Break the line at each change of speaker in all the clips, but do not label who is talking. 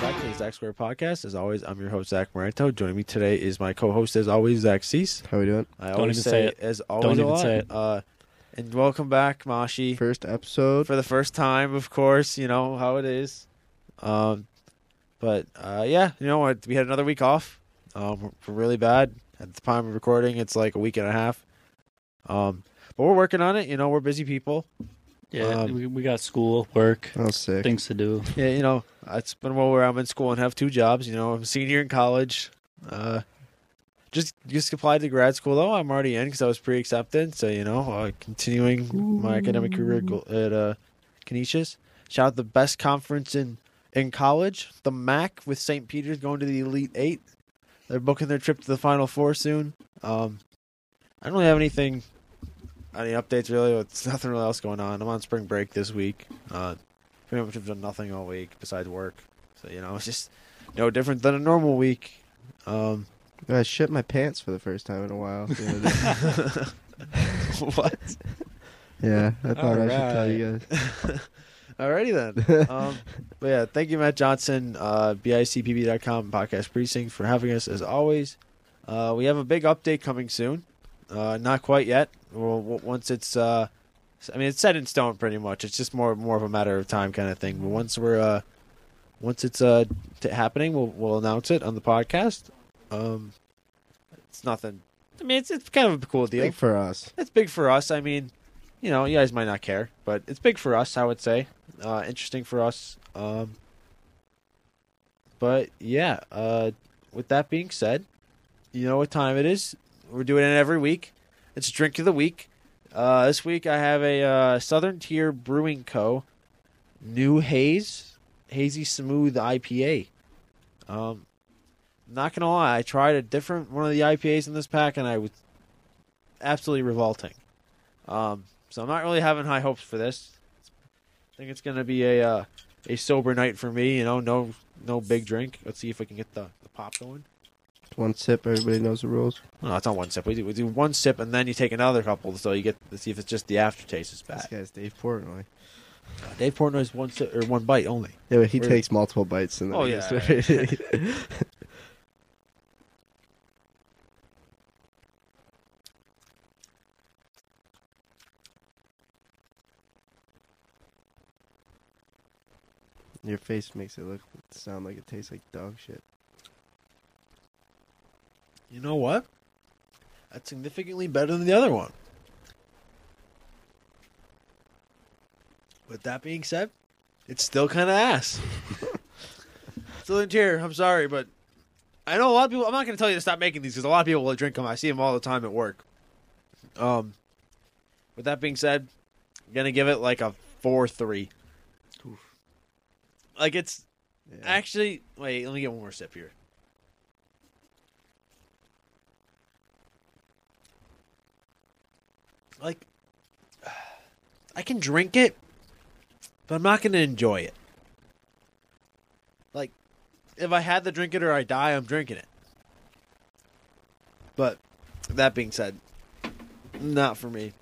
Back to the Zach Square Podcast. As always, I'm your host Zach Morento. Joining me today is my co-host, as always, Zach Cease.
How we doing?
I
Don't
always
even
say,
say
it
it.
as always
Don't
a
even
lot.
say it.
Uh, and welcome back, Mashi,
First episode.
for the first time, of course. You know how it is. Um, but uh, yeah, you know what? We had another week off. Um, we're- we're really bad at the time of recording. It's like a week and a half. Um, but we're working on it. You know, we're busy people.
Yeah,
Um,
we, we got school, work,
Oh, sick.
things to do.
Yeah, you know, it's been one where I'm in school and have two jobs. You know, I'm a senior in college. Uh, just just applied to grad school though. I'm already in because I was pre-accepted. So you know, uh, continuing my academic career go- at uh, Canisius. Shout out the best conference in in college, the MAC with St. Peter's going to the Elite Eight. They're booking their trip to the Final Four soon. Um, I don't really have anything, any updates really. It's nothing really else going on. I'm on spring break this week. Uh, pretty much have done nothing all week besides work. So you know, it's just no different than a normal week. Um,
I shit my pants for the first time in a while. the other day.
what?
yeah, I thought I should tell you
Alrighty then.
guys.
Um, but yeah, thank you, Matt Johnson, uh, BICPB.com, Podcast Precinct, for having us as always. Uh, we have a big update coming soon. Uh, not quite yet. Well, w- once it's, uh, I mean, it's set in stone pretty much. It's just more more of a matter of time kind of thing. But once we're, uh, once it's uh, t- happening, we'll we'll announce it on the podcast. Um, it's nothing. I mean, it's it's kind of a cool deal.
Big for us.
It's big for us. I mean, you know, you guys might not care, but it's big for us. I would say, uh, interesting for us. Um, but yeah, uh, with that being said, you know what time it is. We're doing it every week. It's drink of the week. Uh, this week I have a uh, Southern Tier Brewing Co. New Haze Hazy Smooth IPA. Um, not gonna lie, I tried a different one of the IPAs in this pack, and I was absolutely revolting. Um, so I'm not really having high hopes for this. I think it's gonna be a uh, a sober night for me. You know, no no big drink. Let's see if we can get the, the pop going.
One sip, everybody knows the rules.
No, it's not one sip. We do, we do one sip and then you take another couple, so you get to see if it's just the aftertaste is
This
bad.
guy's Dave Portnoy.
Dave Portnoy's one sip or one bite only.
Yeah, but he
We're-
takes multiple bites and then
Oh,
he
yeah.
gets ready. Your face makes it look sound like it tastes like dog shit.
You know what? That's significantly better than the other one. With that being said, it's still kind of ass. Southern Tier, I'm sorry, but I know a lot of people. I'm not going to tell you to stop making these because a lot of people will drink them. I see them all the time at work. Um, with that being said, I'm gonna give it like a four three. Like it's
Yeah.
Actually, wait. Let me get one more sip here. Like, I can drink it, but I'm not gonna enjoy it. Like, if I had to drink it or I die, I'm drinking it. But that being said, not for me.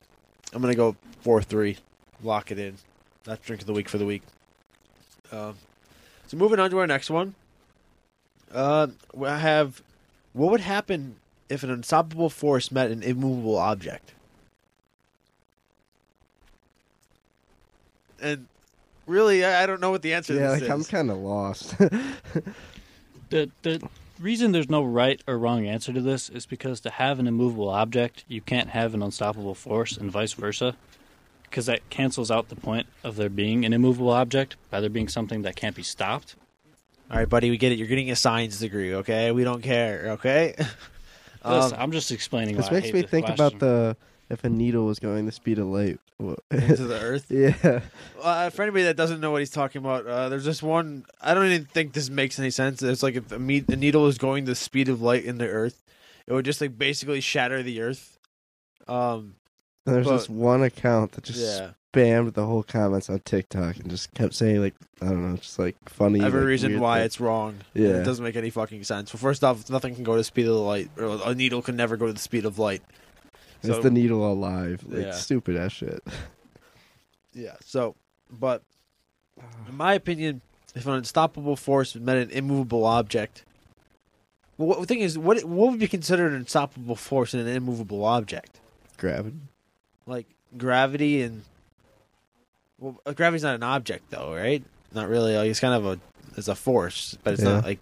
I'm gonna go four three, lock it in. That's drink of the week for the week. Um, so moving on to our next one. Uh, we have what would happen if an unstoppable force met an immovable object? And really, I I don't know what the answer to
yeah,
this
like I'm
is.
kind of lost.
The the reason there's no right or wrong answer to this is because to have an immovable object, you can't have an unstoppable force, and vice versa, because that cancels out the point of there being an immovable object by there being something that can't be stopped.
All right, buddy, we get it. You're getting a science degree, okay? We don't care, okay?
Listen, I'm just explaining.
Um, this
why I
makes
hate
me
this
think
question.
about the if a needle was going the speed of light. What?
into the earth.
yeah.
Uh, for anybody that doesn't know what he's talking about, uh, there's this one. I don't even think this makes any sense. It's like if a, me- a needle is going the speed of light in the earth, it would just like basically shatter the earth. Um,
And there's
But-
this one account that just
yeah.
spammed the whole comments on TikTok and just kept saying like I don't know, just like funny.
Every
like,
reason
weird
why
things.
it's wrong.
Yeah.
It doesn't make any fucking sense. Well, first off, nothing can go to the speed of the light, or a needle can never go to the speed of light.
it's
So-
the needle alive. Like
Yeah.
stupid ass shit.
Yeah. So, but in my opinion, if an unstoppable force met an immovable object, well, what, the thing is, what what would be considered an unstoppable force in an immovable object?
Gravity.
Like gravity and well, uh, gravity's not an object though, right? Not really. Like, it's kind of a it's a force, but it's not
Yeah.
like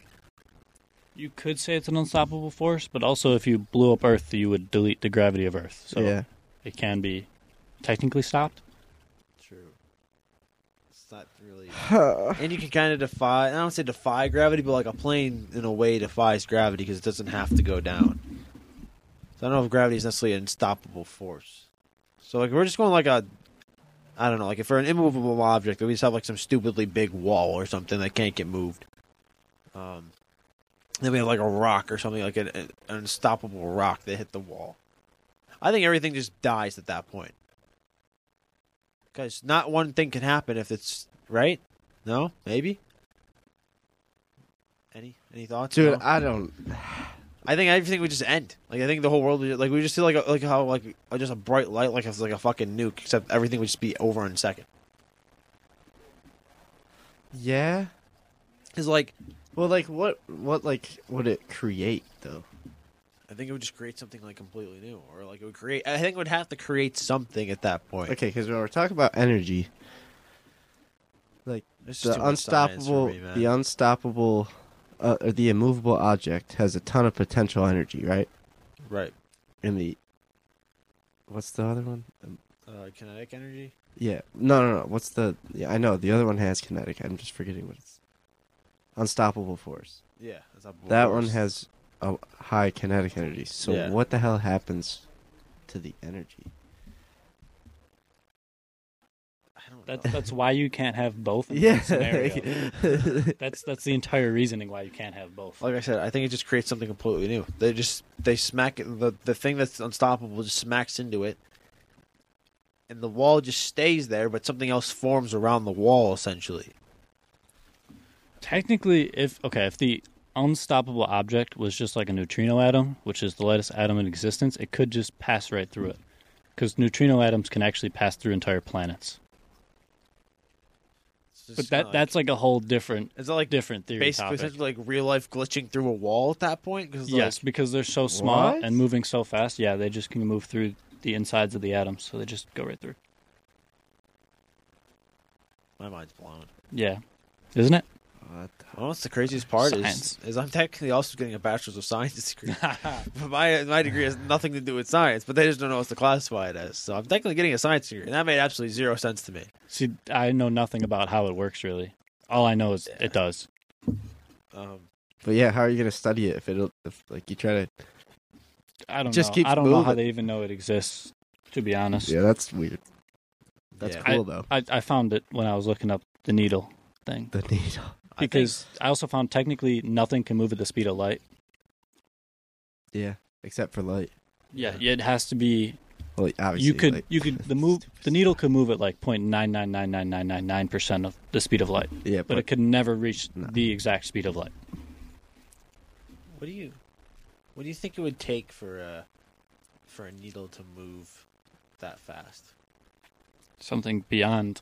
You could say it's an unstoppable force, but also if you blew up Earth, you would delete the gravity of Earth. So
yeah.
it can be technically stopped.
true. It's not really.
Huh.
And you can kind of defy. I don't say defy gravity, but like a plane in a way defies gravity because it doesn't have to go down. So I don't know if gravity is necessarily an unstoppable force. So like we're just going like a, I don't know, like if for an immovable object, we just have like some stupidly big wall or something that can't get moved. Um, then we have like a rock or something like an, an unstoppable rock that hit the wall. I think everything just dies at that point. Because not one thing can happen if it's right. No, maybe. Any any thoughts,
Dude,
No?
I don't
I think everything would just end. Like I think the whole world would like we would just see like a, like how like a, just a bright light like it's like a fucking nuke, except everything would just be over in a second.
Yeah.
Cause like
Well like what what like would it create though?
I think it would just create something like completely new, or like it would create. I think it would have to create something at that point.
Okay, because when we're talking about energy,
This is too
the
much science for
unstoppable
me, man.
the unstoppable uh, or the immovable object has a ton of potential energy, right?
right.
And the what's the other one? Um,
Uh, kinetic energy.
yeah, no, no, no. What's the? Yeah, I know the other one has kinetic. I'm just forgetting what it's. Unstoppable force.
Yeah, unstoppable
that
force.
one has a high kinetic energy. So
Yeah.
what the hell happens to the energy?
I don't
That,
know.
that's why you can't have both. In yeah.
Yeah.
Scenario.
like-
That's that's the entire reasoning why you can't have both.
Like I said, I think it just creates something completely new. They just they smack it, the the thing that's unstoppable just smacks into it, and the wall just stays there, but something else forms around the wall essentially.
Technically, if okay, if the unstoppable object was just like a neutrino atom, which is the lightest atom in existence, it could just pass right through it. Because neutrino atoms can actually pass through entire planets.
It's just
But
kinda
that that's like a whole different
like, is that like
different theory
basically
topic.
essentially like real life glitching through a wall at that point? Cause
yes,
like,
because they're so small
What?
and moving so fast. Yeah, they just can move through the insides of the atoms, so they just go right through.
my mind's blown.
Yeah, isn't it?
What
Well, that's the craziest part
Science.
is is I'm technically also getting a bachelor's of science degree. But my my degree has nothing to do with science, but they just don't know what to classify it as. So I'm technically getting a science degree, and that made absolutely zero sense to me.
See, I know nothing about how it works really. All I know is
Yeah.
it does.
Um,
But yeah, how are you gonna study it if it if like you try to?
I don't
Just
know.
keeps
I don't know how
moving.
they even know it exists. To be honest,
Yeah, that's weird. That's
yeah.
I-
cool though.
I, I found it when I was looking up the needle thing
The needle.
I think-
because I, also found technically nothing can move at the speed of light.
Yeah, except for light.
Yeah, it has to be.
Well, like, obviously,
You could
like-
you could the move the needle could move at like point nine nine nine nine nine nine nine percent of the speed of light,
Yeah,
but it could never reach
No.
the exact speed of light.
What do you, what do you think it would take for a, for a needle to move that fast?
Something beyond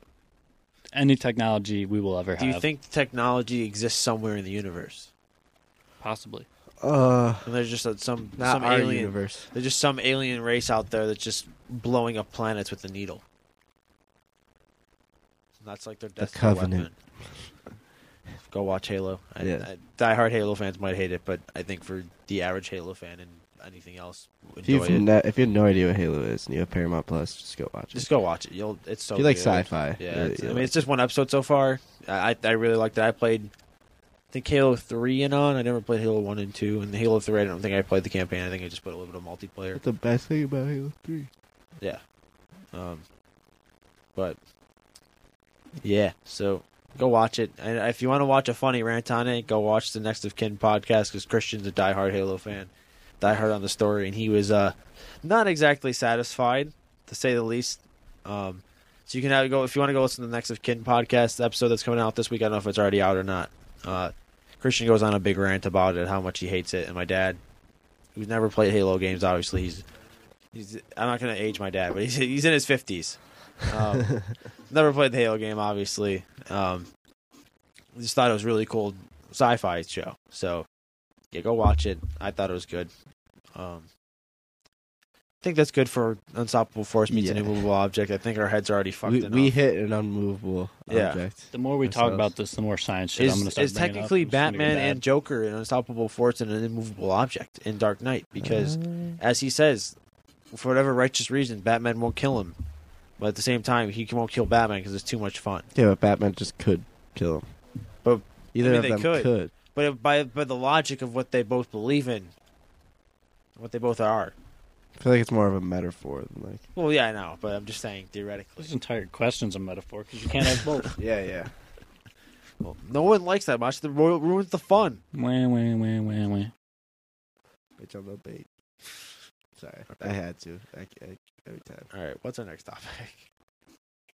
any technology we will ever
Do
have.
you think the technology exists somewhere in the universe,
possibly?
uh,
and there's just a, some
not
some
our
alien,
universe.
there's just some alien race out there that's just blowing up planets with a needle? And that's like their death
Covenant.
weapon. Go watch Halo. I,
Yeah.
I, die-hard Halo fans might hate it, but I think for the average Halo fan and anything else,
If you've
enjoy it.
no- if you have no idea what Halo is and you have Paramount Plus, just go watch it.
Just go watch it. You'll. It's so.
if you like
good.
sci-fi,
Yeah,
really,
it's- I
you'll
mean
like
it's just one episode so far. I I I really liked it. I played, I think Halo three and on. I never played Halo one and two, and the Halo three. I don't think I played the campaign. I think I just put a little bit of multiplayer.
That's the best thing about Halo Three.
Yeah. Um, but yeah, so go watch it. And if you want to watch a funny rant on it, go watch the Next of Kin podcast because Christian's a diehard Halo fan, diehard on the story, and he was uh not exactly satisfied to say the least. Um, so you can have go if you want to go listen to the Next of Kin podcast the episode that's coming out this week. I don't know if it's already out or not. Uh, Christian goes on a big rant about it, how much he hates it, and my dad, who's never played Halo games, obviously he's he's I'm not gonna age my dad, but he's he's in his fifties. Um, never played the Halo game, obviously. Um, just thought it was really cool sci-fi show. So yeah, go watch it. I thought it was good. Um, I think that's good for Unstoppable Force meets an
Yeah.
immovable object. I think our heads are already fucked.
We,
enough.
we hit an unmovable
Yeah.
object.
The more we talk
Ourselves.
about this, the more science shit I'm going to
is,
start
is
bringing up.
technically
It's gonna get
Batman
bad.
and Joker an unstoppable force and an immovable object in Dark Knight because,
Uh.
as he says, for whatever righteous reason, Batman won't kill him. But at the same time, he won't kill Batman because it's too much fun.
Yeah, but Batman just could kill him.
But-
either
I mean,
of
they
them
could.
could.
But if- by by the logic of what they both believe in, what they both are.
I feel like it's more of a metaphor than like.
Well, yeah, I know, but I'm just saying theoretically.
This entire question's a metaphor because you can't have both.
Yeah, yeah.
Well, no one likes that much. The ru- ruins the fun.
wah, wah, wah, wah, wah.
Bitch on the bait. Sorry, I had to. I, I, every time.
All right, what's our next topic?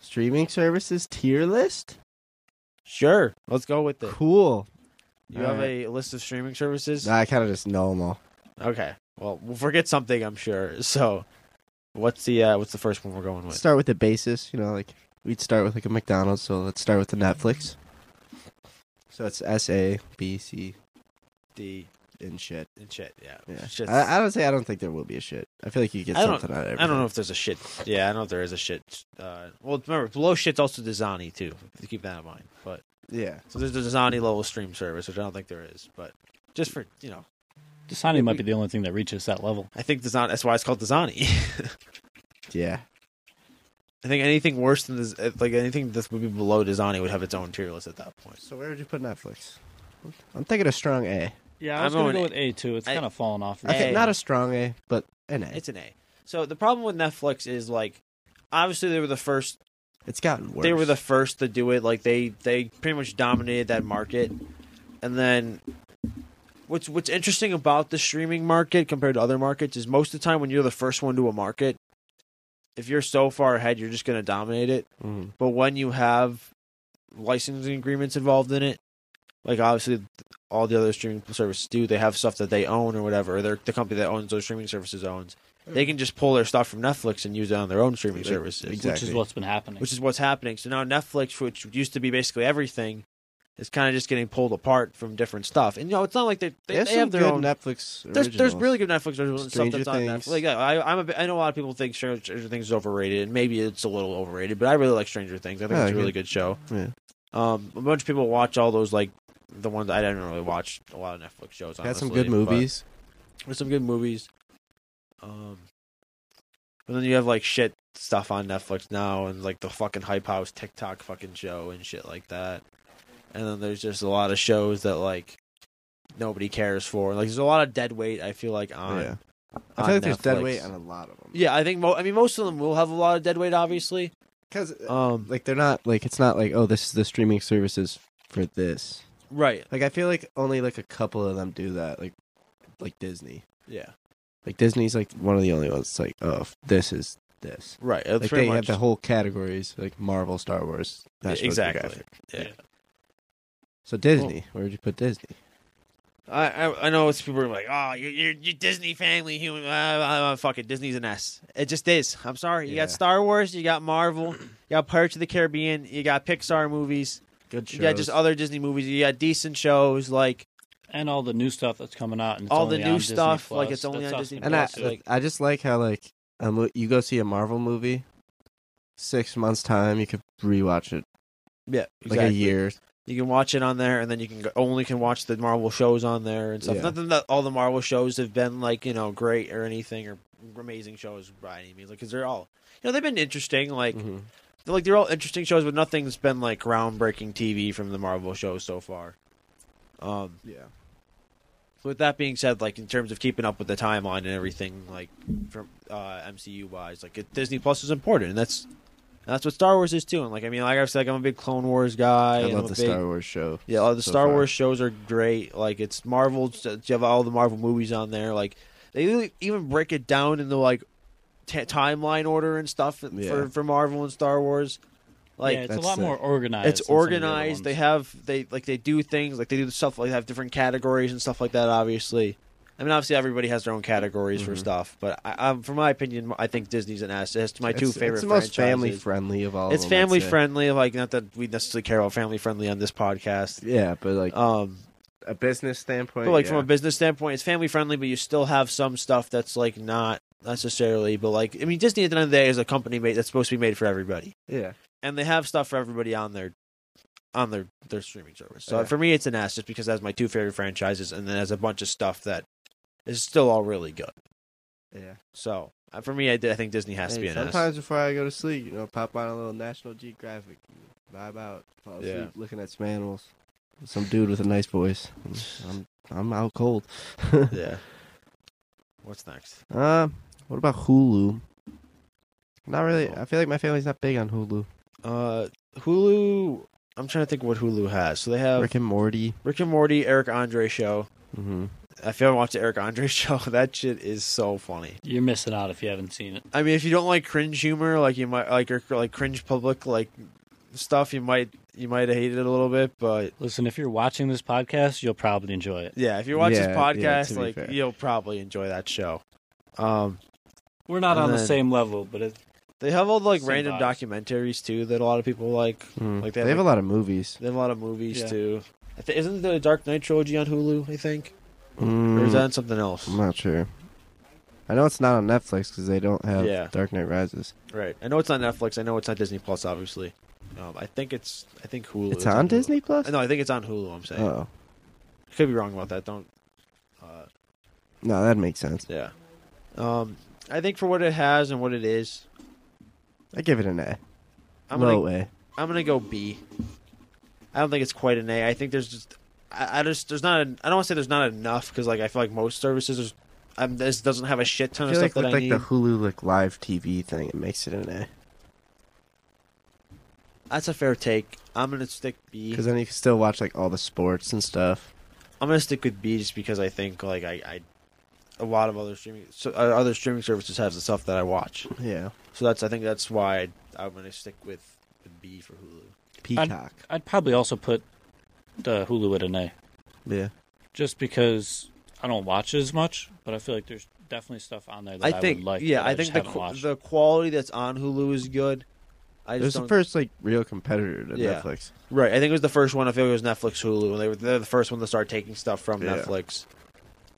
Streaming services tier list.
Sure, let's go with it.
Cool.
You
All
have
right.
a list of streaming services.
Nah, I kind of just know them all.
Okay. Well, we'll forget something, I'm sure. So, what's the uh, what's the first one we're going
Let's
with?
start with the basis. You know, like we'd start with like a McDonald's. So let's start with the Netflix. So it's S A B C
The
and shit.
and shit. Yeah.
Yeah.
Shit's-
I, I don't say I don't think there will be a shit. I feel like you get
I don't-
something out of
I
it.
don't know if there's a shit. Yeah, I don't know if there is a shit. Uh, well, remember, below shit's also Dasani too. if you Keep that in mind. But
Yeah.
so there's the Dasani level stream service, which I don't think there is. But just for you know,
Dasani might be the only thing that reaches that level.
I think Dasani. That's why it's called Dasani.
Yeah.
I think anything worse than this, eh, like anything that would be below Dasani would have its own tier list at that point.
So where would you put Netflix? I'm thinking a strong A.
Yeah,
I
I
was
was
I'm gonna going
going to go
go
with A too. It's
I-
kind of fallen off.
I think
A.
not a strong A, but an A. It's,
It's an A. So the problem with Netflix is like, obviously they were the first
gotten worse.
they were the first to do it. Like they they pretty much dominated that market. And then what's what's interesting about the streaming market compared to other markets is most of the time when you're the first one to a market, if you're so far ahead, you're just going to dominate it.
Mm.
But when you have licensing agreements involved in it, like obviously all the other streaming services do, they have stuff that they own or whatever. Or they're- the company that owns those streaming services owns. They can just pull their stuff from Netflix and use it on their own streaming
Like,
services
which
Exactly.
is what's been happening.
which is what's happening. So now Netflix, which used to be basically everything, is kind of just getting pulled apart from different stuff. And you know, it's not like they they,
They have,
they have
some
their
good
own.
Netflix.
there's there's
originals.
really good Netflix originals and stuff
Stranger
that's on
Things.
Netflix. Like yeah, I I'm a, bi- I know a lot of people think Stranger Things is overrated, and maybe it's a little overrated, but I really like Stranger Things. I think
Yeah,
it's a
I
really
agree.
good show.
Yeah.
Um, a bunch of people watch all those like the ones I didn't really watch a lot of Netflix shows.
Had some
honestly,
good
but-
movies.
there's some good movies. Um, and then you have like shit stuff on Netflix now, and like the fucking hype house TikTok fucking show and shit like that. And then there's just a lot of shows that like nobody cares for. Like there's a lot of dead weight. I feel like on.
yeah. I
on
feel like there's dead
Netflix.
weight on a lot of them.
Yeah, I think mo- I mean most of them will have a lot of dead weight, obviously.
because
Um,
like they're not like it's not like oh this is the streaming services for this.
right.
Like I feel like only like a couple of them do that. Like like Disney.
Yeah.
Like Disney's like one of the only ones. It's like oh f- this is this.
Right.
Like they have the whole categories like Marvel, Star Wars, National
Exactly.
Geographic.
Yeah.
So Disney, where would you put Disney?
I, I I know it's people are like, oh, you're, you're, you Disney family human. Uh, uh, uh, fuck it, Disney's an S. It just is. I'm sorry. You
Yeah.
got Star Wars, you got Marvel, you got Pirates of the Caribbean, you got Pixar movies,
Good
you got just other Disney movies, you got decent shows like
and all the new stuff that's coming out. And it's
All the
only
new
on Disney
stuff,
Plus.
like, it's only
That's
on
awesome.
Disney
And I,
Plus, like-
I just like how like a mo- you go see a Marvel movie, six months time you could rewatch it
yeah,
like a year.
You can watch it on there, and then you can go, only can watch the Marvel shows on there and stuff.
Yeah.
Nothing that all the Marvel shows have been like you know great or anything or amazing shows by any means, like because they're all you know they've been interesting like.
Mhm.
They're, like they're all interesting shows, but nothing's been like groundbreaking TV from the Marvel shows so far. Um,
Yeah.
with that being said, like in terms of keeping up with the timeline and everything, like from uh, MCU wise, like it, Disney Plus is important, and that's and that's what Star Wars is too. And like I mean, like I've said, like, I'm a big Clone Wars guy.
I
and I'm
love
a
the
big-
Star Wars show.
Yeah, all the
so
Star
far.
Wars shows are great. Like it's Marvel. You have all the Marvel movies on there. Like they really even break it down into like t- timeline order and stuff
Yeah.
for for Marvel and Star Wars. Like
yeah, it's a
that's
lot
the-
more organized.
it's
than some of the other
organized. They
ones.
have they like they do things like they do stuff like they have different categories and stuff like that. Obviously, I mean obviously everybody has their own categories for
Mhm.
stuff, but I, I, for my opinion, I think Disney's an asset. It's my two
It's-
favorite.
It's the most family
franchises.
friendly of all. of
It's
them, I'd
family
say.
friendly. Like not that we necessarily care about family friendly on this podcast.
Yeah, but like
Um,
a business standpoint,
but like
yeah.
from a business standpoint, it's family friendly, but you still have some stuff that's like not necessarily. But like I mean, Disney at the end of the day is a company made that's supposed to be made for everybody
yeah,
and they have stuff for everybody on their on their their streaming service. So
Yeah.
for me, it's an ass just because that's my two favorite franchises, and then has a bunch of stuff that is still all really good.
yeah.
So uh, for me, I, did- I think Disney has to be
Hey,
an
sometimes
ass.
before I go to sleep, you know, pop on a little National Geographic, vibe out, fall asleep
Yeah.
looking at some animals, some dude with a nice voice. I'm I'm out cold.
Yeah. What's next?
Uh, what about Hulu? Not really.
Oh.
I feel like my family's not big on Hulu.
Uh, Hulu. I'm trying to think what Hulu has. So they have Rick,
Rick and Morty.
and Morty, Eric Andre show.
hmm
If you haven't watched the Eric Andre show, that shit is so funny.
You're missing out if you haven't seen it.
I mean, if you don't like cringe humor, like you might like or like cringe public like stuff, you might you might hate it a little bit, but
Listen, if you're watching this podcast, you'll probably enjoy it.
Yeah, if you watch
Yeah,
this
yeah, to
podcast,
be
like
fair.
you'll probably enjoy that show. Um,
We're not
And
on the
then-
same level, but it,
they have all the, like
Same
random
vibes.
documentaries too that a lot of people like.
Like
Like
mm-hmm. they,
they
have
have
a lot of movies.
They have a lot of movies
Yeah.
too. I thi- isn't the Dark Knight trilogy on Hulu? I think, or
Mm,
is that on something else?
I'm not sure. I know it's not on Netflix because they don't have
Yeah.
Dark Knight Rises.
Right. I know it's on Netflix. I know it's on Disney Plus. Obviously, um, I think it's I think Hulu.
It's
is
on
Hulu.
Disney Plus.
No, I think it's on Hulu. I'm saying.
Oh
I could be wrong about that. Don't. Uh,
no, that makes sense.
yeah. Um, I think for what it has and what it is,
I give it an A.
I'm
Low
gonna
A.
I'm gonna go B. I don't think it's quite an A. I think there's just I, I just there's not an, I don't want to say there's not enough because like I feel like most services there's um, this doesn't have a shit ton
I
of
feel
stuff
like
that
with
I
like
need.
the Hulu like live TV thing, it makes it an A
That's a fair take. I'm gonna stick B.
because then you can still watch like all the sports and stuff.
I'm gonna stick with B just because I think like I, I a lot of other streaming so, uh, other streaming services have the stuff that I watch.
Yeah,
So that's I think that's why I, I'm gonna stick with, with B for Hulu.
Peacock.
I'd probably also put the Hulu at an A,
Yeah,
just because I don't watch it as much, but I feel like there's definitely stuff on there that
I think
would like.
yeah,
that
I,
just
think the
haven't
qu-
watched.
the quality that's on Hulu is good. I
it
just
was
don't
the first like real competitor to
Yeah.
Netflix.
Right, I think it was the first one. I feel like it was Netflix, Hulu, and they were they're the first one to start taking stuff from
Yeah.
Netflix.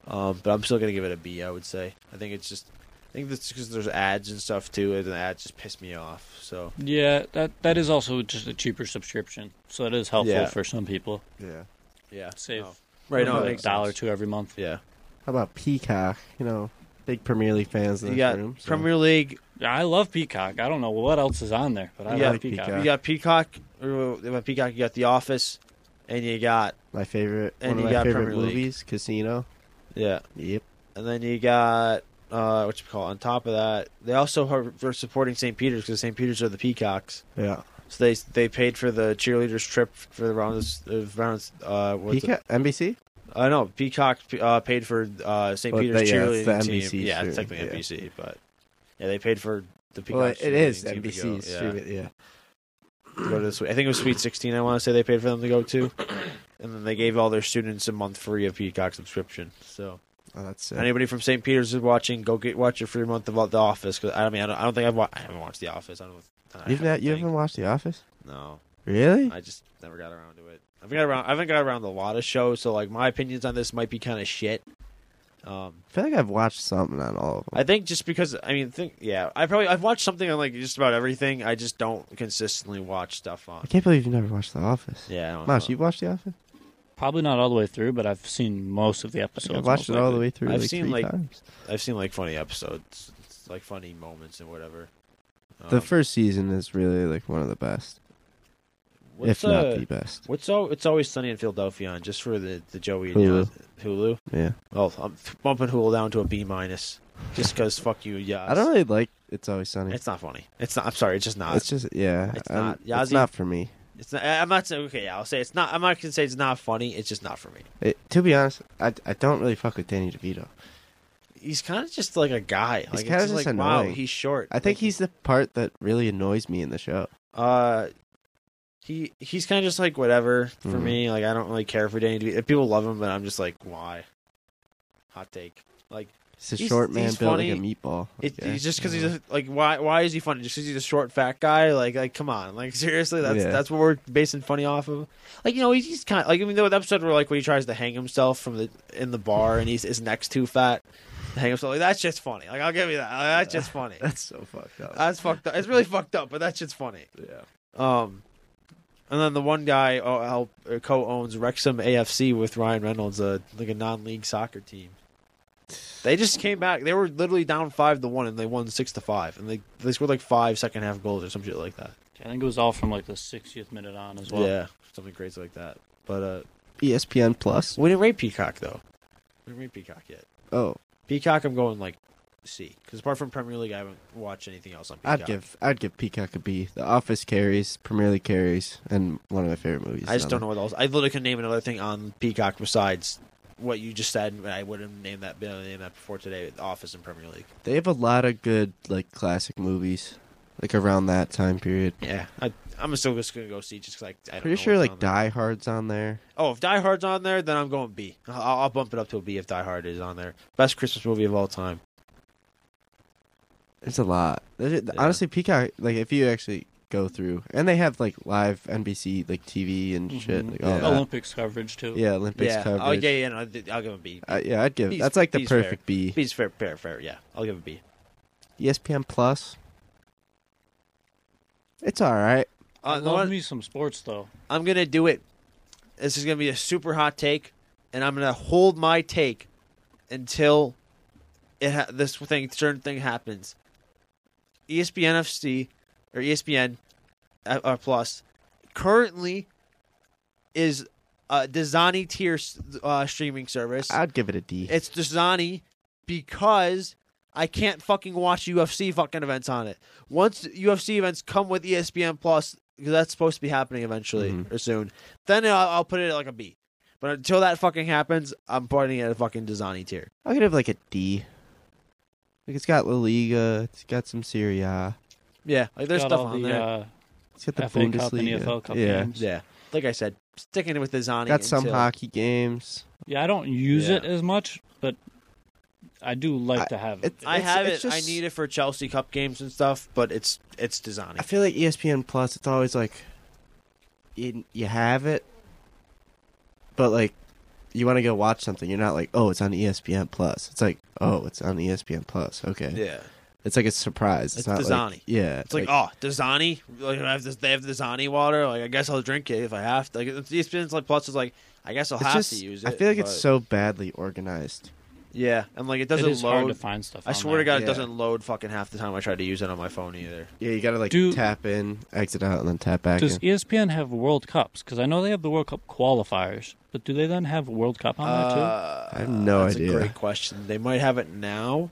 Um, but I'm still gonna give it a B. I would say. I think it's just. I think that's because there's ads and stuff too, and the ads just piss me off. So
yeah, that that is also just a cheaper subscription, so that is helpful
Yeah.
for some people.
Yeah.
yeah,
Save
Oh,
No. right. No,
about
it
a
makes
dollar or
sense.
two every month.
Yeah,
How about Peacock? You know, big Premier League fans in
you
this
got
room. so-
Premier League.
I love Peacock. I don't know what else is on there, but I
Yeah,
love Peacock.
Peacock.
You got Peacock. or, uh, Peacock. You got The Office, and you got
my favorite
And
one
you
of my
got
favorite
Premier League.
movies, Casino.
yeah,
Yep.
and then you got uh, what you call. it, On top of that, they also are, are supporting St. Peter's because St. Peter's are the Peacocks.
Yeah.
So they they paid for the cheerleaders trip for the rounds. The rounds. Uh, what's
Peacock, NBC.
it? I know Peacock uh, paid for uh, St.
But
Peter's
they- yeah,
cheerleading
it's the
team.
NBC
yeah, it's
stream,
technically
yeah.
NBC, but yeah, they paid for the Peacock.
well, it is
cheerleading team to
NBC.
go, yeah,
stream it, yeah.
to go to the Swe- I think it was Sweet Sixteen. I want to say they paid for them to go to, and then they gave all their students a month free of Peacock subscription. So
Oh, that's sick.
anybody from St. Peter's is watching, go get watch your free month of The Office. 'cause I mean, I don't, I don't think I've wa- I haven't watched The Office. I don't. I
You've not, you
think.
haven't watched The Office?
No.
Really?
I just never got around to it. I've got around. I haven't got around to a lot of shows, so like my opinions on this might be kind of shit. Um,
I feel like I've watched something on all of them.
I think just because I mean, think yeah, I probably I've watched something on like just about everything. I just don't consistently watch stuff
I
on.
can't believe you've never watched The Office.
Yeah, I don't
Mouse,
know.
you've watched The Office?
Probably not all the way through, but I've seen most of the
I
episodes.
have watched
most
it all the
likely.
way through
I've
like
seen,
three
like,
times.
I've seen like funny episodes, it's, like funny moments and whatever. Um,
the first season is really like one of the best.
What's,
if not
uh,
the best.
What's all, it's always sunny in Philadelphia on just for the, the Joey and Jan-
Hulu.
Hulu.
Yeah.
Oh, I'm bumping Hulu down to a B minus just because fuck you, Yaz.
I don't really like It's Always Sunny. It's,
It's not funny. It's not. I'm sorry. It's just not. It's,
just yeah.
it's
I'm-
not.
it's
Yazzie-
not for me.
not. I'm not saying. Okay, yeah, I'll say it's not. I'm not gonna say it's not funny. It's just not for me.
It, to be honest, I, I don't really fuck with Danny DeVito.
He's kind of just like a guy. Like, it's
kinda
just
just
like wow,
annoying.
he's short.
I think
Like,
he's the part that really annoys me in the show.
uh, he he's kind of just like whatever for
Mhm.
me. Like I don't really care for Danny. DeVito. People love him, but I'm just like why. Hot take. Like
It's a
He's-
short man
he's
built like a
funny.
meatball.
It,
Okay.
He's just because he's
Yeah.
a, like, why? Why is he funny? Just because he's a short, fat guy? Like, like, come on, like, seriously, that's
Yeah.
that's what we're basing funny off of. Like, you know, he's, he's kind of like, I mean, the episode where like when he tries to hang himself from the in the bar and he's his neck's too fat, to hang himself. Like, that's just funny. Like, I'll give you that. Like, that's just funny.
That's so fucked up.
That's fucked up. It's really fucked up, but that's just funny.
yeah.
Um, and then the one guy uh, help, uh, co-owns Wrexham AFC with Ryan Reynolds, uh, like a non-league soccer team. They just came back. They were literally down five to one, and they won six to five, and they they scored like five second half goals or some shit like that.
I think it was all from like the 60th minute on as well.
Yeah, something crazy like that. But uh,
E ESPN Plus.
we didn't rate Peacock though. We didn't rate Peacock yet.
Oh,
Peacock, I'm going like C because apart from Premier League, I haven't watched anything else on Peacock.
I'd give I'd give Peacock a B. The Office carries, Premier League carries, and one of my favorite movies.
I
is
just
on
don't know what else. I literally couldn't name another thing on Peacock besides what you just said. and I wouldn't name that. Been able to name that before today. The Office and Premier League.
there. They have a lot of good like classic movies, like around that time period.
Yeah, I, I'm still just gonna go see just 'cause I, I don't
Pretty
know
sure
what's
like
on there.
Die Hard's on there.
Oh, if Die Hard's on there, then I'm going B. I'll, I'll bump it up to a B if Die Hard is on there. Best Christmas movie of all time.
It's a lot. There's-
Yeah.
Honestly, Peacock like if you actually go through, and they have like live NBC like TV and shit
Mhm.
like
Mm-hmm.
all
Yeah.
that.
Olympics coverage too.
Yeah, Olympics
yeah.
coverage.
Oh yeah, yeah. No, I'll give him a B.
Uh, yeah, I'd give
He's-
that's like the
he's fair.
perfect B.
B's fair, fair, fair. Yeah, I'll give him a B.
ESPN Plus. It's all right.
Uh,
I
the
love
one-
me some sports though.
I'm gonna do it. This is gonna be a super hot take, and I'm gonna hold my take until it ha- this thing certain thing happens. E ESPN FC or E ESPN uh, uh, Plus currently is uh, Dasani tier s- uh, streaming service.
I'd give it a D.
It's Dasani because I can't fucking watch UFC fucking events on it. Once UFC events come with E ESPN Plus, because that's supposed to be happening eventually
Mhm.
or soon, then I'll, I'll put it at like a B. But until that fucking happens, I'm putting it at a fucking Dasani tier.
I could have like a D. Like it's got La Liga, it's got some Serie A,
Yeah, like there's
Got
stuff
all
on
the,
there.
Uh,
it's got the
FA Cup and
Bundesliga,
EFL Cup
yeah,
games.
yeah, like I said, sticking with Dasani.
got some
until-
hockey games.
Yeah, I don't use
Yeah.
it as much, but I do like to have it.
it's-
I have
it's
it. I
just-
need it for Chelsea Cup games and stuff, but it's it's Dasani.
I feel like E ESPN Plus, it's always like you you have it, but like you want to go watch something, you're not like oh it's on ESPN Plus. It's like oh it's on ESPN Plus. Okay,
yeah.
it's like a surprise. It's,
It's
not
Dasani.
like yeah,
It's like, oh, Dasani. Like, I have this, they have Dasani water. Like, I guess I'll drink it if I have to. Like, it's- ESPN's like plus is like, I guess I'll
it's
have
just
to use it.
I feel like it's
but-
so badly organized.
yeah, and like it
It
doesn't
is hard to
load.
find stuff.
I
on
swear to
there.
God, it
Yeah.
doesn't load fucking half the time I try to use it on my phone either.
Yeah, you gotta like
Do-
tap in, exit out, and then tap back. in.
Does
E-
E ESPN have World Cups? Because I know they have the World Cup qualifiers, but do they then have World Cup on there too?
Uh,
I have no
that's
idea.
A great question. They might have it now.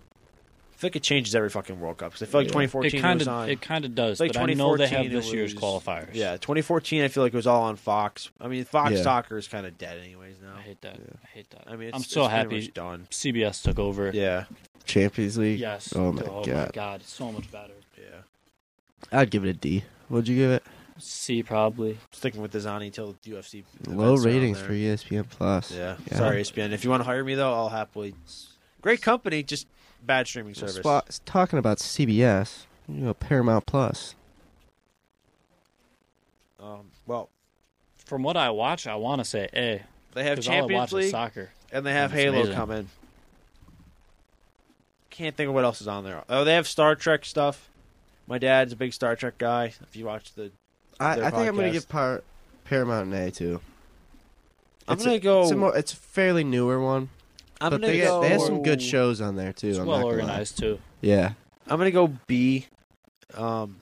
I feel like it changes every fucking World Cup because I feel like
Yeah.
2014
It kind
was on.
of it kind of does,
Like
but I know they
2014
have
it
this year's
was-
qualifiers.
yeah, 2014. I feel like it was all on Fox. I mean, Fox
Yeah.
soccer is kind of dead, anyways. Now,
I hate that. I hate that.
I mean, it's,
I'm so
it's pretty
happy
much done.
CBS took over.
Yeah,
Champions League.
Yes.
Oh my
oh my
god.
god, it's so much better.
yeah.
I'd give it a D. What'd you give it?
C probably.
sticking with Dasani till the UFC.
Low
events are on
ratings
there.
for E ESPN Plus.
Yeah.
Yeah.
Sorry, E ESPN. If you want to hire me though, I'll happily. Great company, just bad streaming service.
Spo- s- talking about CBS, you know Paramount Plus.
Um, well,
From what I watch, I want to say A
they have
because all I watch
Champions
is
League
soccer.
and they have
That's
Halo
amazing.
coming. Can't think of what else is on there. Oh, they have Star Trek stuff. My dad's a big Star Trek guy. If you watch the,
I, I
Their
think I'm gonna
podcast.
give par- Paramount an A too.
I'm
It's a-
gonna go.
It's a, more, it's a fairly newer one,
Oh. I'm
but
gonna
they,
go.
they have some good shows on there too.
It's
I'm not
well
gonna lie.
organized too.
Yeah,
I'm gonna go B. Um,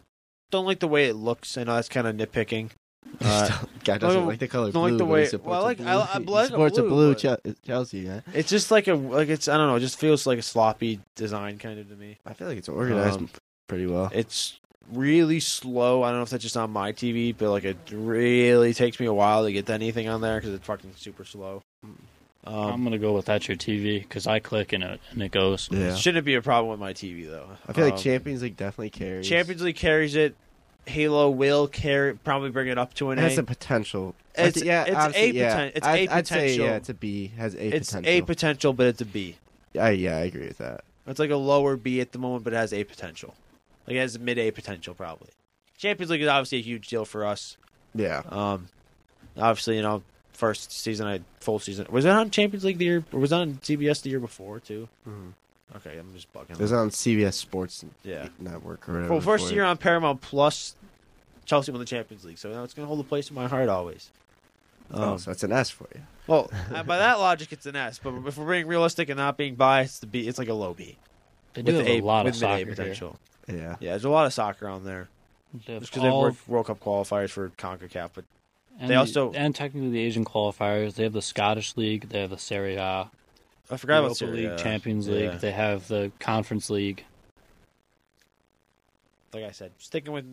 don't like the way it looks. I know that's kind of nitpicking, Uh,
Guy doesn't
Look,
like the color
don't like
blue.
the
but he
way-
supports
well, I
a
like-
blue.
I- I
he
like the
supports a
blue,
blue
but-
Chel- Chelsea. Yeah,
it's just like a like it's I don't know. It just feels like a sloppy design kind of to me.
I feel like it's organized
Um,
pretty well.
It's really slow. I don't know if that's just on my TV, but like it really takes me a while to get to anything on there because it's fucking super slow.
I'm
Um,
gonna go with that's your TV because I click and it and it goes.
yeah,
shouldn't be a problem with my TV though.
I feel like
Um,
Champions League definitely carries.
Champions League carries it. Halo will carry probably bring it up to an
It has
A.
the potential.
It's-
I'd- yeah,
it's
honestly,
a
yeah.
poten- it's a
I'd, I'd say
potential.
yeah, it's a B. Has a
it's
potential.
a potential, but it's a B.
I, yeah, I agree with that.
It's like a lower B at the moment, but it has A potential. Like it has mid A potential probably. Champions League is obviously a huge deal for us.
Yeah,
Um, obviously, you know, first season, I full season was that on Champions League the year, or was that on CBS the year before too?
Mhm.
Mm-hmm.
Okay, I'm just bugging.
it was on CBS Sports
yeah.
Network or whatever.
Well, first
before.
year on Paramount Plus, Chelsea won the Champions League, so now it's gonna hold a place in my heart always.
Oh,
Um,
so that's an S for you.
well, uh, by that logic, it's an S. But if we're being realistic and not being biased, the B, it's like a low B
They do
with
have a, lot of
with mid-A
soccer potential.
potential.
Yeah.
Yeah, there's a lot of soccer on there
They have
just because they've
all,
worked World Cup qualifiers for Concacaf, but
and
they
the-
also-
and technically the Asian qualifiers. They have the Scottish League. They have the Serie A,
I forgot
Europa
about Serie
League,
A.
Champions
Yeah.
League. They have the Conference League.
Like I said, sticking with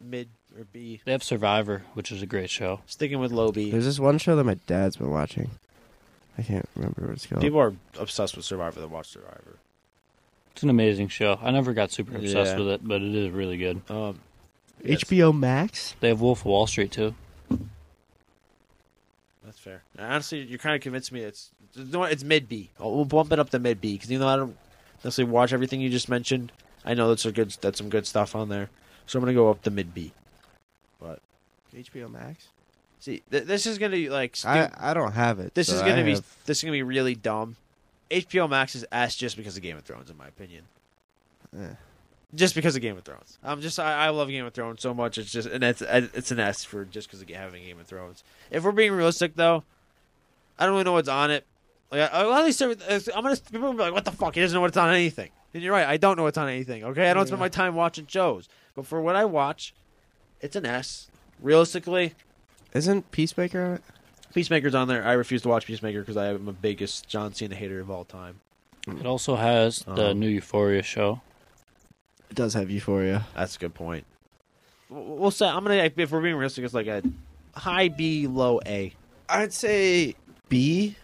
mid or B,
They have Survivor, which is a great show.
sticking with low B.
There's this one show that my dad's been watching. I can't remember what it's called.
People are obsessed with Survivor that watch Survivor.
It's an amazing show. I never got super obsessed
Yeah.
with it, but it is really good.
Um, yes,
HBO Max.
They have Wolf of Wall Street too.
That's fair. And honestly, you're kind of convinced me. It's you know what, it's mid B. Oh, We'll bump it up to mid B because even though I don't necessarily watch everything you just mentioned, I know that's a good that's some good stuff on there. So I'm gonna go up to mid B.
HBO Max.
See, th- this is gonna be like stu-
I, I don't have it.
this
so
is
I
gonna be
have-
this is gonna be really dumb. HBO Max is ass just because of Game of Thrones, in my opinion.
eh.
Just because of Game of Thrones. I'm just I, I love Game of Thrones so much. It's just and it's it's an S for just because of having Game of Thrones. If we're being realistic though, I don't really know what's on it. Like I, a lot of these services, uh, I'm gonna people will be like, "What the fuck? He doesn't know what's on anything." And you're right. I don't know what's on anything. Okay, I don't spend my time watching shows, but for what I watch, it's an S. Realistically,
Isn't Peacemaker on it?
Peacemaker's on there. I refuse to watch Peacemaker because I am the biggest John Cena hater of all time.
It also has the
Um,
new Euphoria show.
It does have Euphoria.
That's a good point. W- We'll say I'm gonna if we're being realistic, it's like a high B, low A.
I'd say B,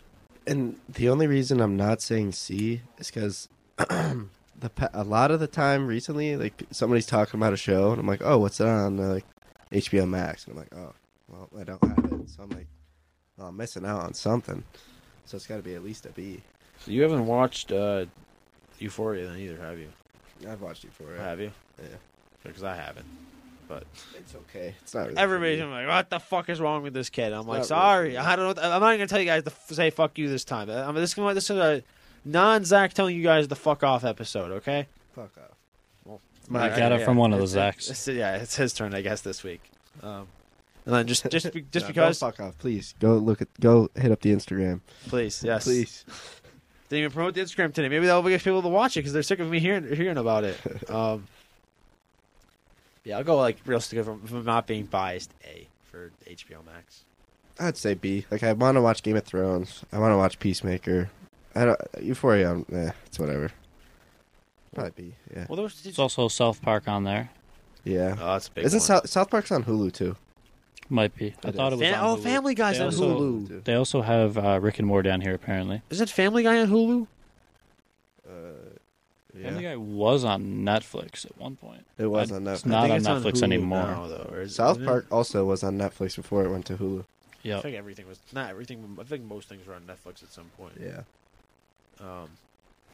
and the only reason I'm not saying C is because the pa- a lot of the time recently, like somebody's talking about a show, and I'm like, oh, what's it on? And they're like HBO Max, and I'm like, oh, well, I don't have it, so I'm like, well, I'm missing out on something. So it's got to be at least a B.
So you haven't watched uh, Euphoria then either, have you?
I've watched Euphoria.
Have you?
Yeah.
Because I haven't.
It's okay. It's not really. for
Everybody's
me.
gonna be like, "What the fuck is wrong with this kid?" I'm like,
not
"Sorry,
really-
I don't know. What the- I'm not even gonna tell you guys to f- say fuck you this time. I'm just gonna this is a non Zach telling you guys the fuck off episode, okay?"
Fuck off.
I
Alright,
got it
yeah.
from one of the
It's-
Zachs.
it's- yeah, it's his turn, I guess, this week. Um, and then just just be- just
No, don't
because,
fuck off, please. Go look at. Go hit up the Instagram.
please, yes,
Please.
Didn't even promote the Instagram today. Maybe that'll get people to watch it because they're sick of me hearing hearing about it. Um, yeah, I'll go like realistic if I'm, if I'm not being biased. A for HBO Max.
I'd say B. Like I want to watch Game of Thrones. I want to watch Peacemaker. I don't Euphoria. um, Eh, it's whatever. Probably B. Yeah.
Well, there was,
It's also South Park on there.
Yeah.
oh, that's a big.
Is it
one.
South, South Park's on Hulu too?
Might be. I
It
thought it
Fam-
was.
oh,
On Hulu.
Family Guy's
They
on
also-
Hulu.
too.
They also have uh, Rick and Morty on here apparently.
Is it Family Guy on Hulu?
Uh,
Family
yeah.
Guy was on Netflix at one point.
It was
I-
on
it's
Netflix.
not
I think
on
it's
Netflix
Hulu
anymore.
now, though, or is-
South
isn't it?
Park also was on Netflix before it went to Hulu.
I
Yep.
think everything was not everything. I think most things were on Netflix at some point.
Yeah.
Um,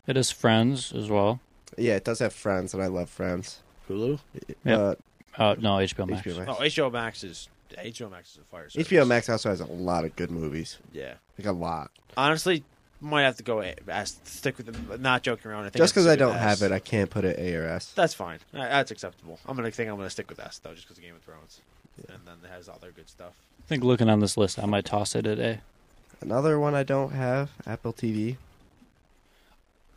It is Friends as well.
Yeah, it does have Friends, and I love Friends.
Hulu.
Yep.
Uh,
Uh, no, HBO Max.
HBO Max.
No, HBO Max is HBO Max is a fire. Service.
HBO Max also has a lot of good movies.
Yeah.
Like a lot.
Honestly, might have to go A- S. Stick with the, not joking around. I think I'd
Just because I
stick with
don't have
S.
it, I can't put it A or S.
That's fine. Uh, That's acceptable. I'm gonna think I'm gonna stick with S though, just because of Game of Thrones, and then it has all their good stuff.
I think looking on this list, I might toss it at A.
Another one I don't have, Apple TV.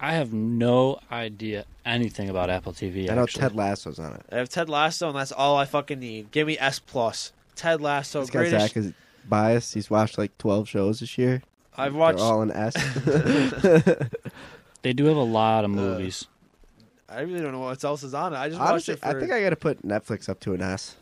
I have no idea anything about Apple TV.
I know
Actually.
Ted Lasso's on it.
I have Ted Lasso, and that's all I fucking need. Give me S plus. Ted Lasso,
this guy
greatest.
Zach is biased. He's watched like twelve shows this year.
I've
They're
watched.
all an S.
They do have a lot of movies.
I really don't know what else is on it. I just
Honestly,
watched it.
I
For,
think I gotta put Netflix up to an S.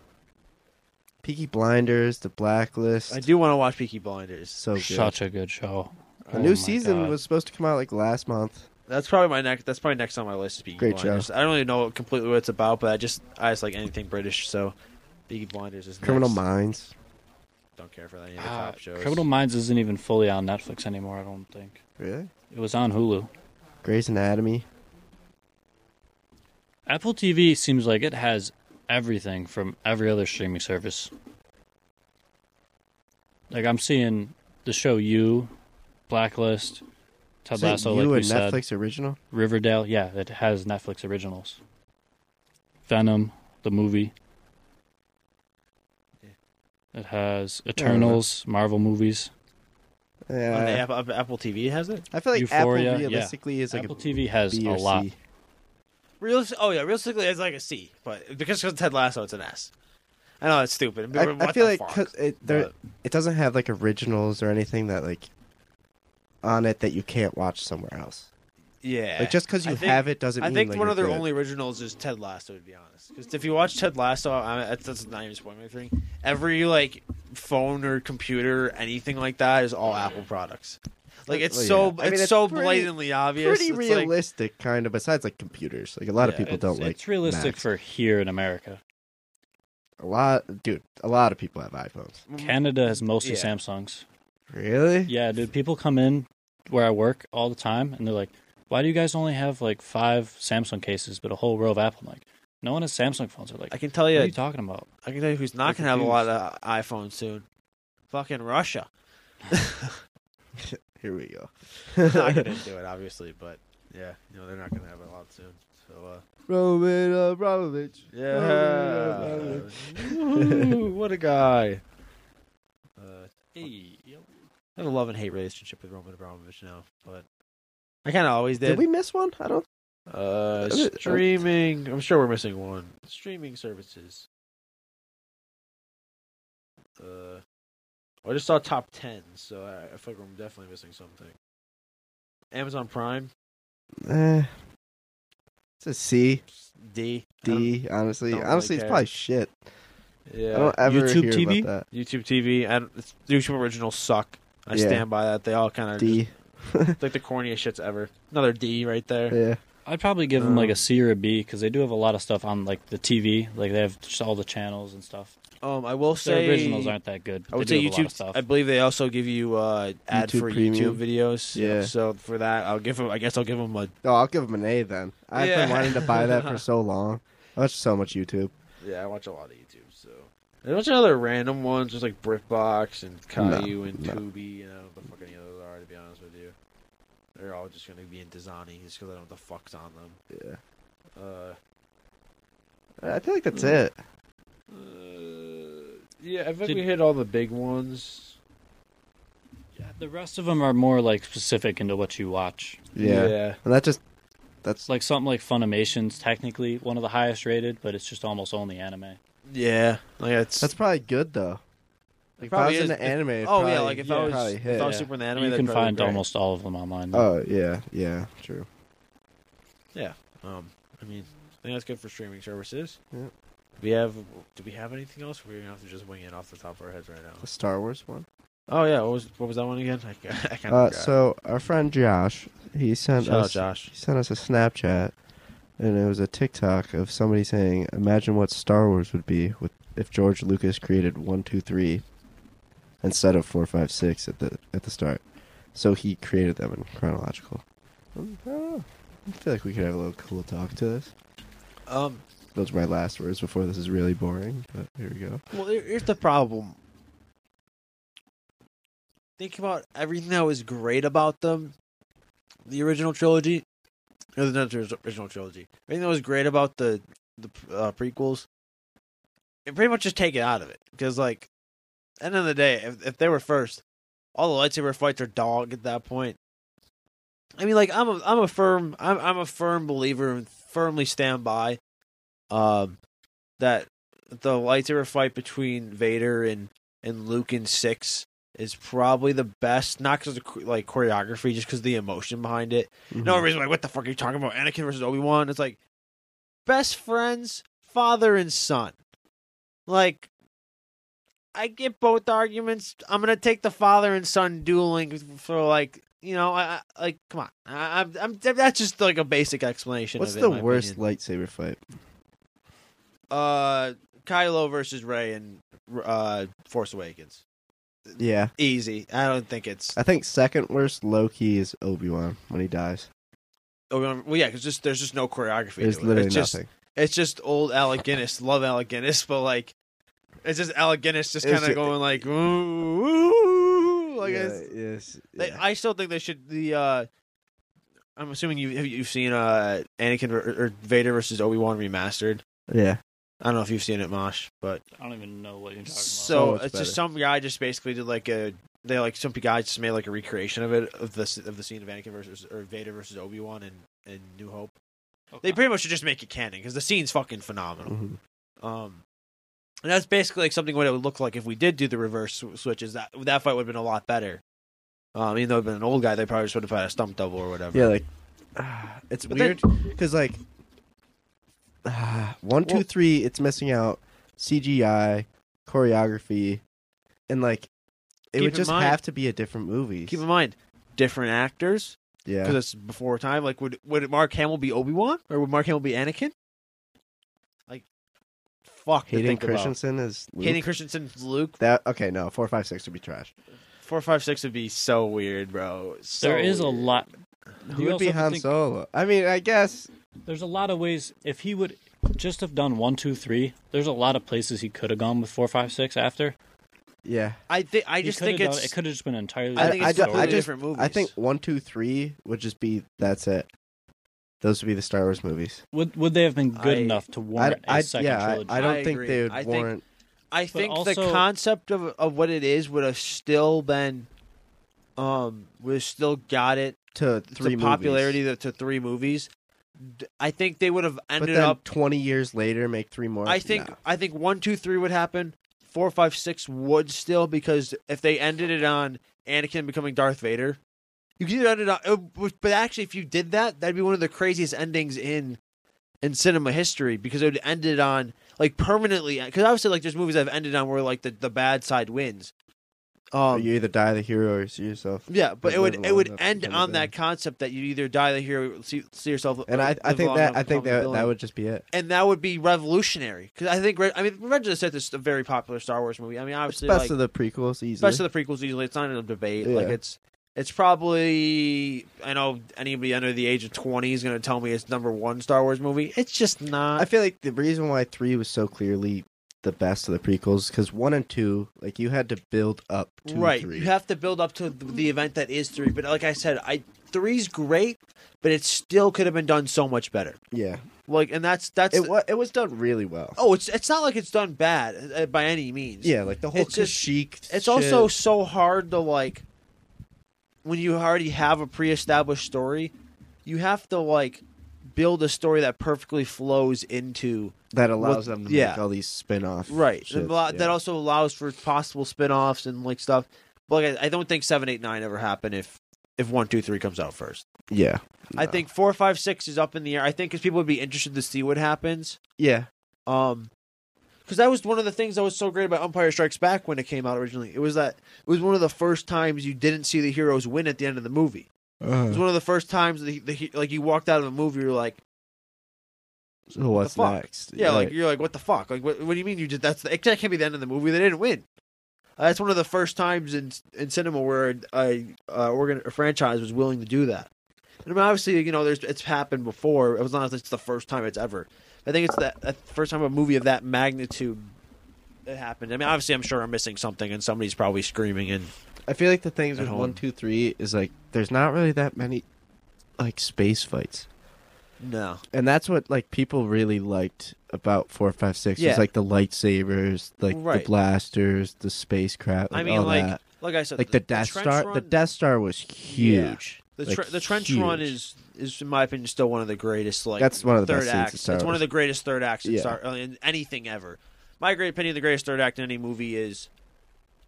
Peaky Blinders, The Blacklist.
I do want to watch Peaky Blinders.
so good.
Such a good show.
The
Oh
new
my
season
God.
was supposed to come out like last month.
That's probably my next. That's probably next on my list. Is Peaky
Great show.
Blinders. I don't really know completely what it's about, but I just I just like anything British. So Peaky Blinders is
Criminal
next.
Minds.
Don't care for any of the
Ah,
cop shows.
Criminal Minds isn't even fully on Netflix anymore. I don't think
Really?
it was on Hulu.
Grey's Anatomy.
Apple TV seems like it has everything from every other streaming service. Like I'm seeing the show You, Blacklist, Ted
Is that
Lasso,
you
like we
and
said,
Netflix original?
Riverdale. Yeah, it has Netflix originals. Venom, the movie. It has Eternals, Marvel movies.
On the
Yeah.
Apple, Apple TV has it.
I feel like
Euphoria,
Apple
yeah.
realistically is like
Apple
a
TV has
B
a
or
lot.
C.
Realis- oh yeah, realistically, it's like a C, but because because Ted Lasso, it's an S. I know that's stupid.
I,
What
I feel
the
like
fuck?
'cause it there,
But-
it doesn't have like originals or anything that like on it that you can't watch somewhere else.
yeah,
Like just because you
I think-
have it doesn't.
I
mean,
think
like,
one
you're
of their
good.
only originals is Ted Lasso, to be honest. Because if you watch Ted Lasso, I, that's- that's not even spoiling anything. Every like phone or computer, anything like that, is all Apple products. Like it's
Well,
so
yeah. I mean,
it's,
it's
so
pretty-
blatantly obvious.
pretty
It's like-
realistic, kind of. Besides like computers, like a lot of
Yeah.
people
It's,
don't like.
it's realistic
Macs.
for here in America.
a lot, dude. A lot of people have iPhones.
Canada has mostly
Yeah.
Samsungs.
Really?
Yeah, dude. People come in where I work all the time, and they're like, "Why do you guys only have like five Samsung cases, but a whole row of Apple?" I'm like, no one has Samsung phones. They're like,
I can tell
"What
you,
are you talking about?"
I can tell you who's
They're
not gonna have a lot of iPhones soon. Fucking Russia.
Here we go.
not gonna do it, obviously, but yeah, you know they're not gonna have it a lot soon. So uh,
Roman Abramovich.
Oh, yeah, Woo, what a guy. Uh,
Hey, yo.
I have a love and hate relationship with Roman Abramovich now, but I kind of always did.
Did we miss one? I don't.
Uh,
Is it-
streaming. I'm sure we're missing one. Streaming services. Uh, I just saw top ten, so I, I feel like I'm definitely missing something. Amazon Prime,
Eh. It's a C,
D, I don't-
D. honestly,
don't really
honestly, it's
care.
probably shit.
yeah.
I don't ever
YouTube
hear
TV?
about
YouTube TV and it's- YouTube originals suck. I
Yeah.
stand by that. They all kind
that.
of
D.
like the corniest shits ever. Another D right there.
yeah.
I'd probably give them like
Um,
a C or a B because they do have a lot of stuff on like the TV. Like they have just all the channels and stuff.
Um, I will
Their
say
originals aren't that good. But
I would
they
say
do have a lot of
YouTube.
stuff.
I believe they also give you uh, ad
YouTube
for
Premium.
YouTube videos.
Yeah.
So for that, I'll give them. I guess I'll give them a.
Oh, I'll give him an A then. I've
Yeah.
been wanting to buy that for so long. I watch so much YouTube.
Yeah, I watch a lot of YouTube. So and a bunch of other random ones, just like BritBox and Caillou and
no.
Tubi. You know, the fuck any of those are. To be honest with you, they're all just gonna be in Dasani just because I don't know what the fuck's on them.
Yeah.
Uh,
I feel like that's it.
uh, yeah, I think
Did-
we hit all the big ones.
the rest of them are more like specific into what you watch.
Yeah.
yeah.
And that just that's
Like something like Funimation's technically one of the highest rated, but it's just almost only anime.
Yeah, like it's
that's probably good though. Like if I
probably
was
is-
into anime, it'd
oh yeah,
probably-
like if
it'd
I was
probably
if
hit.
I was
Yeah.
super in the anime,
you
that'd
can
probably be
find
great. Uh,
almost all of them online. though.
Oh yeah, yeah, true.
Um, I mean, I think that's good for streaming services.
Yeah.
Do we have do we have anything else? We're gonna have to just wing it off the top of our heads right now.
The Star Wars one.
Oh yeah, what was what was that one again? I, I kind
Uh,
of
so uh, our friend Josh, he sent
shout out
us
Josh.
he sent us a Snapchat, and it was a TikTok of somebody saying, "Imagine what Star Wars would be with if George Lucas created one, two, three, instead of four, five, six at the at the start." So he created them in chronological. Um, I don't know. I feel like we could have a little cool talk to this.
Um,
Those are my last words before this is really boring. But here we go.
well, here- here's the problem. Think about everything that was great about them, the original trilogy, or the not the original trilogy. Everything that was great about the the uh, prequels, and pretty much just take it out of it because, like, end of the day, if if they were first, all the lightsaber fights are dog at that point. I mean, like, I'm a I'm a firm I'm I'm a firm believer and firmly stand by, um, that the lightsaber fight between Vader and and Luke in six is probably the best, not because of the, like choreography, just because the emotion behind it.
Mm-hmm.
No reason like what the fuck are you talking about? Anakin versus Obi Wan. It's like best friends, father and son. Like I get both arguments. I'm gonna take the father and son dueling for like you know I, I like come on. I, I'm, I'm that's just like a basic explanation.
Mm-hmm. What's
of it,
the
in my
worst
opinion.
lightsaber fight?
Uh, Kylo versus Ray and uh Force Awakens.
Yeah,
Easy. I don't think it's.
I think second worst low key is Obi Wan when he dies.
Oh, well, yeah, because just there's just no choreography. to
There's
it.
literally
it's just,
nothing.
It's just old Alec Guinness. Love Alec Guinness, but like, it's just Alec Guinness just
It's
kind of
ju-
going like, ooh, ooh, like it's,
yes,
They, I still think they should the. uh I'm assuming you have you- you've seen uh Anakin ver- or Vader versus Obi Wan remastered.
yeah.
I don't know if you've seen it, Mosh, but
I don't even know what you're talking about.
so
Oh,
it's,
it's
just some guy just basically did like a they like some guy just made like a recreation of it of the s- of the scene of Anakin versus or Vader versus Obi Wan and and New Hope. They
Okay.
pretty much should just make it canon because the scene's fucking phenomenal.
Mhm.
Um, and that's basically like something what it would look like if we did do the reverse sw- switches. That that fight would have been a lot better. Um, even though it'd been an old guy, they probably just would have had a stump double or whatever.
Yeah, like it's weird because like ah, one, two, three,
Well-
it's missing out CGI, choreography, and like it
Keep
would
in
just
mind-
have to be a different movie.
Keep in mind, different actors because
yeah,
it's before time. Like, would would Mark Hamill be Obi Wan or would Mark Hamill be Anakin? Like, fuck. to
Hayden
think about.
Christensen is Luke.
Hayden Christensen, Luke.
that okay? No, four, five, six would be trash.
Four, five, six would be so weird, bro. So
there is a
weird.
lot.
Who
You
would
also
be
have to
Han
think-
Solo? I mean, I guess
There's a lot of ways. If he would just have done one, two, three, there's a lot of places he could have gone with four, five, six after.
yeah.
I think I
He
just
could've
think
done-
it's.
it could have just been entirely.
I
different
think it's
ju-
story.
completely
just-
different movies.
I think one, two, three would just be that's it. Those would be the Star Wars movies.
would would they have been good
I-
enough to
I,
warrant a
I,
second
yeah, I,
trilogy?
I don't
I
think
agree.
they would
I think-
warrant.
I think the
also-
concept of of what it is would have still been, um, would have still got it
to three
to
movies.
popularity to, to three movies. D- I think they would have
But
ended
then
up.
twenty years later, make three more.
I think
No.
I think one, two, three would happen. Four, five, six would still because if they ended it on Anakin becoming Darth Vader, you could end it on. it would- But actually, if you did that, that'd be one of the craziest endings in in cinema history because it would end it on like permanently. Because obviously, like there's movies I've ended on where like the, the bad side wins. Um,
you either die the hero or see yourself.
yeah, but
But
it would
live
it would
long enough to
end
become a
on that
villain.
concept that you either die the hero, see, see yourself,
And I, I
live
think
long
that
enough
I
to become a
think that
villain
that would just be it.
and that would be revolutionary because I think Re- I mean Revenge of the Sith is a very popular Star Wars movie. I mean,
It's
obviously,
best
like,
of the prequels easily.
best of the prequels usually it's not in a debate. Like
Yeah.
it's it's probably I know anybody under the age of twenty is going to tell me it's number one Star Wars movie. It's just
I
not.
feel like the reason why three was so clearly the best of the prequels because one and two, like you had to build up to
right,
three.
you have to build up to th- the event that is three. But like I said, I three's great, but it still could have been done so much better.
yeah,
Like, and that's that's
it was it was done really well.
oh, it's it's not like it's done bad uh, by any means.
yeah, like the whole
It's just-
Kashyyyk.
it's
shit.
also so hard to like when you already have a pre-established story you have to like build a story that perfectly flows into
that allows
what-
them to
yeah.
make all these spin off.
And allo- that also allows for possible spin-offs and like stuff but like, I, I don't think 789 ever happen if if one two three comes out first
yeah.
i
No.
think four five six is up in the air i think because people would be interested to see what happens
yeah.
Um, because that was one of the things that was so great about Empire Strikes Back when it came out originally. It was that it was one of the first times you didn't see the heroes win at the end of the movie. It
Mm.
was one of the first times the, the he- like you walked out of a movie, you're like,
So what's
fuck?
next?
yeah, like you're like, what the fuck? Like, what, what do you mean you did? That's the, that can't be the end of the movie. They didn't win. Uh, that's one of the first times in in cinema where a, a, organ, a franchise was willing to do that. And I mean, obviously, you know, there's it's happened before. It was not it's the first time it's ever. I think it's that, that first time a movie of that magnitude that happened. I mean, obviously, I'm sure I'm missing something, and somebody's probably screaming. And
I feel like the things
At
with
home.
one, two, three is like there's not really that many like space fights,
no,
and that's what like people really liked about four, five, six.
Yeah.
Is like the lightsabers, like
Right.
the blasters, the spacecraft. Like,
I mean,
all
like
that.
like I said,
like the Death
trench
Star. The
run-
Death Star was huge.
The,
Like,
tre- the trench run
huge.
is is in my opinion still one of the greatest like
That's one of the
third
best scenes in
acts.
Star
It's one of
Wars.
the greatest third acts in,
Yeah.
Star- in anything ever. my great opinion, the greatest third act in any movie is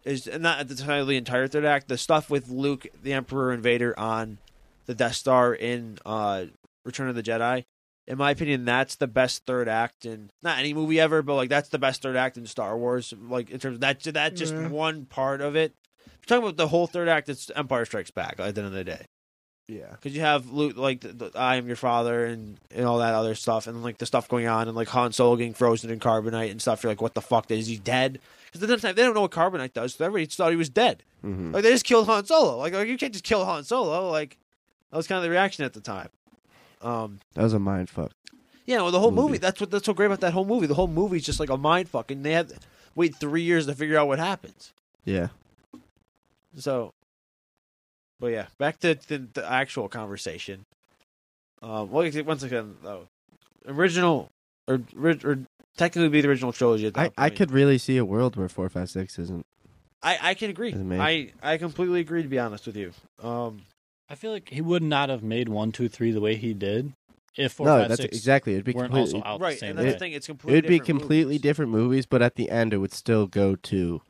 is not at the time the entire third act. The stuff with Luke, the Emperor, and Vader on the Death Star in uh, Return of the Jedi. In my opinion, that's the best third act in not any movie ever, but like that's the best third act in Star Wars. Like in terms of that, that's just
Yeah.
one part of it. If you're talking about the whole third act, it's Empire Strikes Back. At the end of the day
Yeah.
because you have Luke, like the, the, I am your father and and all that other stuff, and like the stuff going on, and like Han Solo getting frozen in carbonite and stuff. You're like, what the fuck is he dead? Because the time they don't know what carbonite does, so everybody just thought he was dead.
hmm
Like they just killed Han Solo. Like, like you can't just kill Han Solo. Like that was kind of the reaction at the time. Um,
That was a mind fuck.
yeah, well, the whole movie.
Movie.
That's what that's so great about that whole movie. The whole movie's just like a mind fuck, and they had to wait three years to figure out what happens.
Yeah.
So, but yeah, back to the, the actual conversation. Um, well, ex- once again, though, original or or, or technically be the original trilogy. At
I,
that
I
point.
could really see a world where four, five, six isn't.
I, I can agree.
Is it made?
I I completely agree. To be honest with you, um,
I feel like he would not have made one, two, three the way he did if four,
no,
five,
that's
six
exactly. It'd be
weren't
completely.
also out the
right,
same
and that's
day.
the thing. It's
it
completely.
would be
different
completely
movies.
different movies, but at the end, it would still go to,